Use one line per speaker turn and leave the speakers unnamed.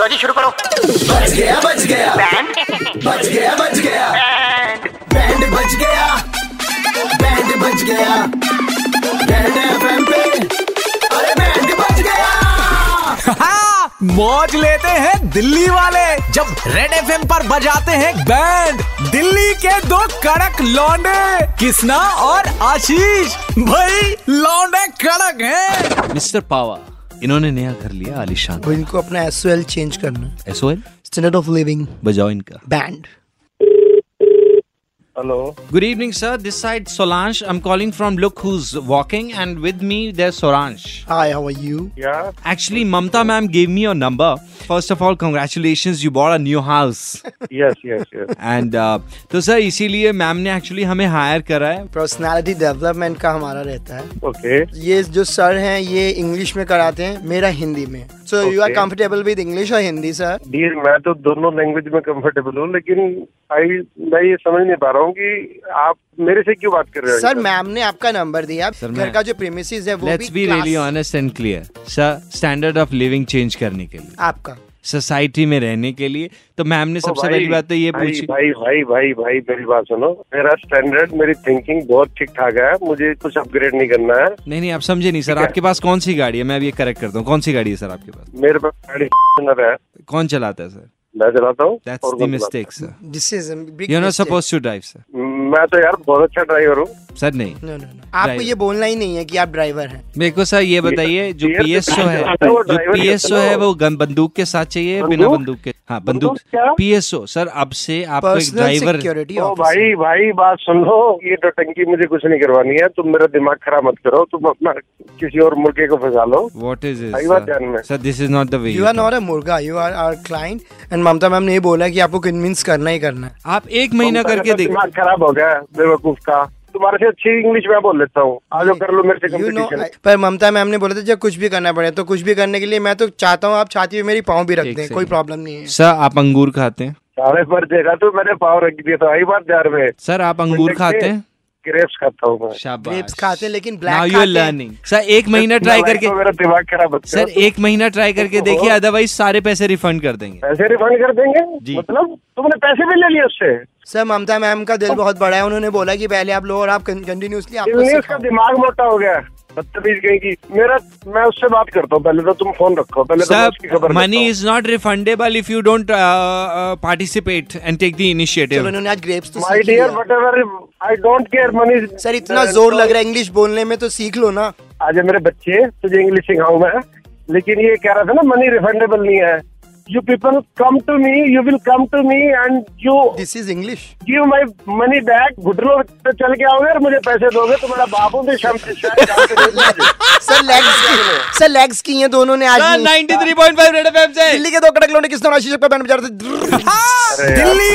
Logic तो शुरू करो
बच गया बच गया
बैंड
बच गया बच गया
बैंड
बैंड बच गया बैंड बच गया बैंड एफएम पे अरे बैंड बच गया
हाँ, मौज लेते हैं दिल्ली वाले जब रेड एफ पर बजाते हैं बैंड दिल्ली के दो कड़क लौंडे कृष्णा और आशीष भाई लौंडे कड़क हैं
मिस्टर पावा इन्होंने नया घर लिया आलिशान
और इनको अपना एस चेंज करना
एसओएल
स्टैंडर्ड ऑफ लिविंग
बजाओ इनका
band
hello
good evening sir this side Solansh I am calling from look who's walking and with me there Soransh
hi how are you
yeah
Actually, Mamta ma'am gave me your number. First of all, congratulations, you bought a new house.
Yes yes yes
And uh, तो sir इसीलिए ma'am ने actually हमें hire करा है
personality development का हमारा रहता है
ओके
ये जो सर हैं ये इंग्लिश में कराते हैं मेरा हिंदी में so you are
Okay.
Comfortable with English और हिंदी सर
डियर मैं तो दोनों लैंग्वेज में कंफर्टेबल हूँ लेकिन आई मैं ये समझ नहीं पा रहा हूँ कि आप मेरे से क्यों बात कर रहे हो
सर मैम ने आपका नंबर दिया
Sir,
घर
मैं-
का जो प्रेमिसेस है वो
लेट्स बी
भी
really
class-
honest and clear sir standard of living change करने के लिए
आपका
सोसाइटी में रहने के लिए तो मैम ने
ओ
सबसे
भाई,
पहली बात तो ये
भाई,
पूछी
भाई भाई भाई भाई मेरी बात सुनो मेरा स्टैंडर्ड मेरी थिंकिंग बहुत ठीक ठाक है मुझे कुछ अपग्रेड नहीं करना है
नहीं नहीं आप समझे नहीं सर
ठीक है।
आपके पास कौन सी गाड़ी है मैं अब ये करेक्ट करता हूँ कौन सी गाड़ी है सर आपके पास
मेरे पास गाड़ी नर है
कौन चलाता है सर
मैं चलाता हूँ
दैट्स
और
द
कौन चलाता है?
Mistake sir
this is big
you not suppose to drive sir
मैं तो यार बहुत अच्छा ड्राइवर हूँ
सर नहीं
नो नो नो आपको ये बोलना ही नहीं है कि आप ड्राइवर हैं
मेरे को सर ये बताइए जो
ये तो
पीएसओ है
ड्राइवर
जो
ड्राइवर ही
पीएसओ
होता है
है
ना।
वो गन बंदूक के साथ चाहिए बिना
बंदूक?
बंदूक के हाँ
बंदूक
बंदूक
क्या?
पीएसओ सर अब से आपको तो एक
पर्सनल
ड्राइवर
सिक्योरिटी
ओ Oh, भाई भाई बात सुन लो ये तो टंकी मुझे कुछ नहीं करवानी है तुम मेरा दिमाग खराब मत करो तुम अपना किसी और मुर्गे को फंसा लो
व्हाट इज
आई बात ध्यान में।
It sir this is not the way
you are not a मुर्गा you are our client and Mamta ma'am ने ये बोला कि आपको कन्विंस करना ही करना है
आप एक महीना
तुम
करके
तो
देख
दिमाग खराब हो गया है, बेवकूफ का तुम्हारे से अच्छी इंग्लिश मैं बोल लेता हूँ आ जाओ कर लो मेरे से
यू नो
कंपटीशन
पर ममता मैम ने बोला था जब कुछ भी करना पड़े तो कुछ भी करने के लिए मैं तो चाहता हूँ आप छाती में मेरी पाँव भी रख
एक
दें
second.
कोई प्रॉब्लम नहीं है
सर आप अंगूर खाते हैं
सारे पर देखा तो मैंने पाव रख दिया था आई बात ध्यान में
सर आप अंगूर
देखते-
खाते हैं
ग्रेप्स खाता हूँ मैं
शाबाश
ग्रेप्स खाते हैं लेकिन
now
black
you are learning sir एक महीना ट्राई
भाई
करके
को मेरा दिमाग खराब मत
सर
करो।
एक महीना ट्राई करके देखिए अदरवाइज सारे पैसे रिफंड कर देंगे
पैसे रिफंड कर
जी। हाँ,
देंगे मतलब तुमने पैसे भी ले लिए उससे
सर ममता मैम का दिल बहुत बड़ा है उन्होंने बोला कि पहले आप लो और आप कंटिन्यूसली आपको
इवनिंग का
सिखाओ।
दिमाग मोटा हो गया है। बदतमीज कहेगी मेरा मैं उससे बात करता हूँ पहले तो तुम फोन रखो पहले तो मैं उसकी
सर
खबर
मनी
लेता हूँ।
Is not refundable if you don't uh, participate and take the
चलो
इनिशिएटिव
इन्होंने आज ग्रेप्स तो
माय
सीख
डियर
लिया।
Whatever I don't care money
sir इतना जोर लग रहा है इंग्लिश बोलने में तो सीख लो ना
है आज मेरे बच्चे तुझे इंग्लिश सिखाऊं मैं लेकिन ये कह रहा था ना मनी रिफंडेबल नहीं है you people come to me you will come to me and you
this is English
give my money back घुटनों पे तो चल के आओगे और मुझे पैसे दोगे तुम्हारा बाप हूँ तो शाम शायद शाम को दे दीजिए।
सर लेग्स की सर लेग्स की हैं दोनों ने आज ही।
93.5 रेड एफएम से
दिल्ली के दो कड़क लोगों ने किस तरह शीशे पे बैंड बजा रहे थे
हाँ, दिल्ली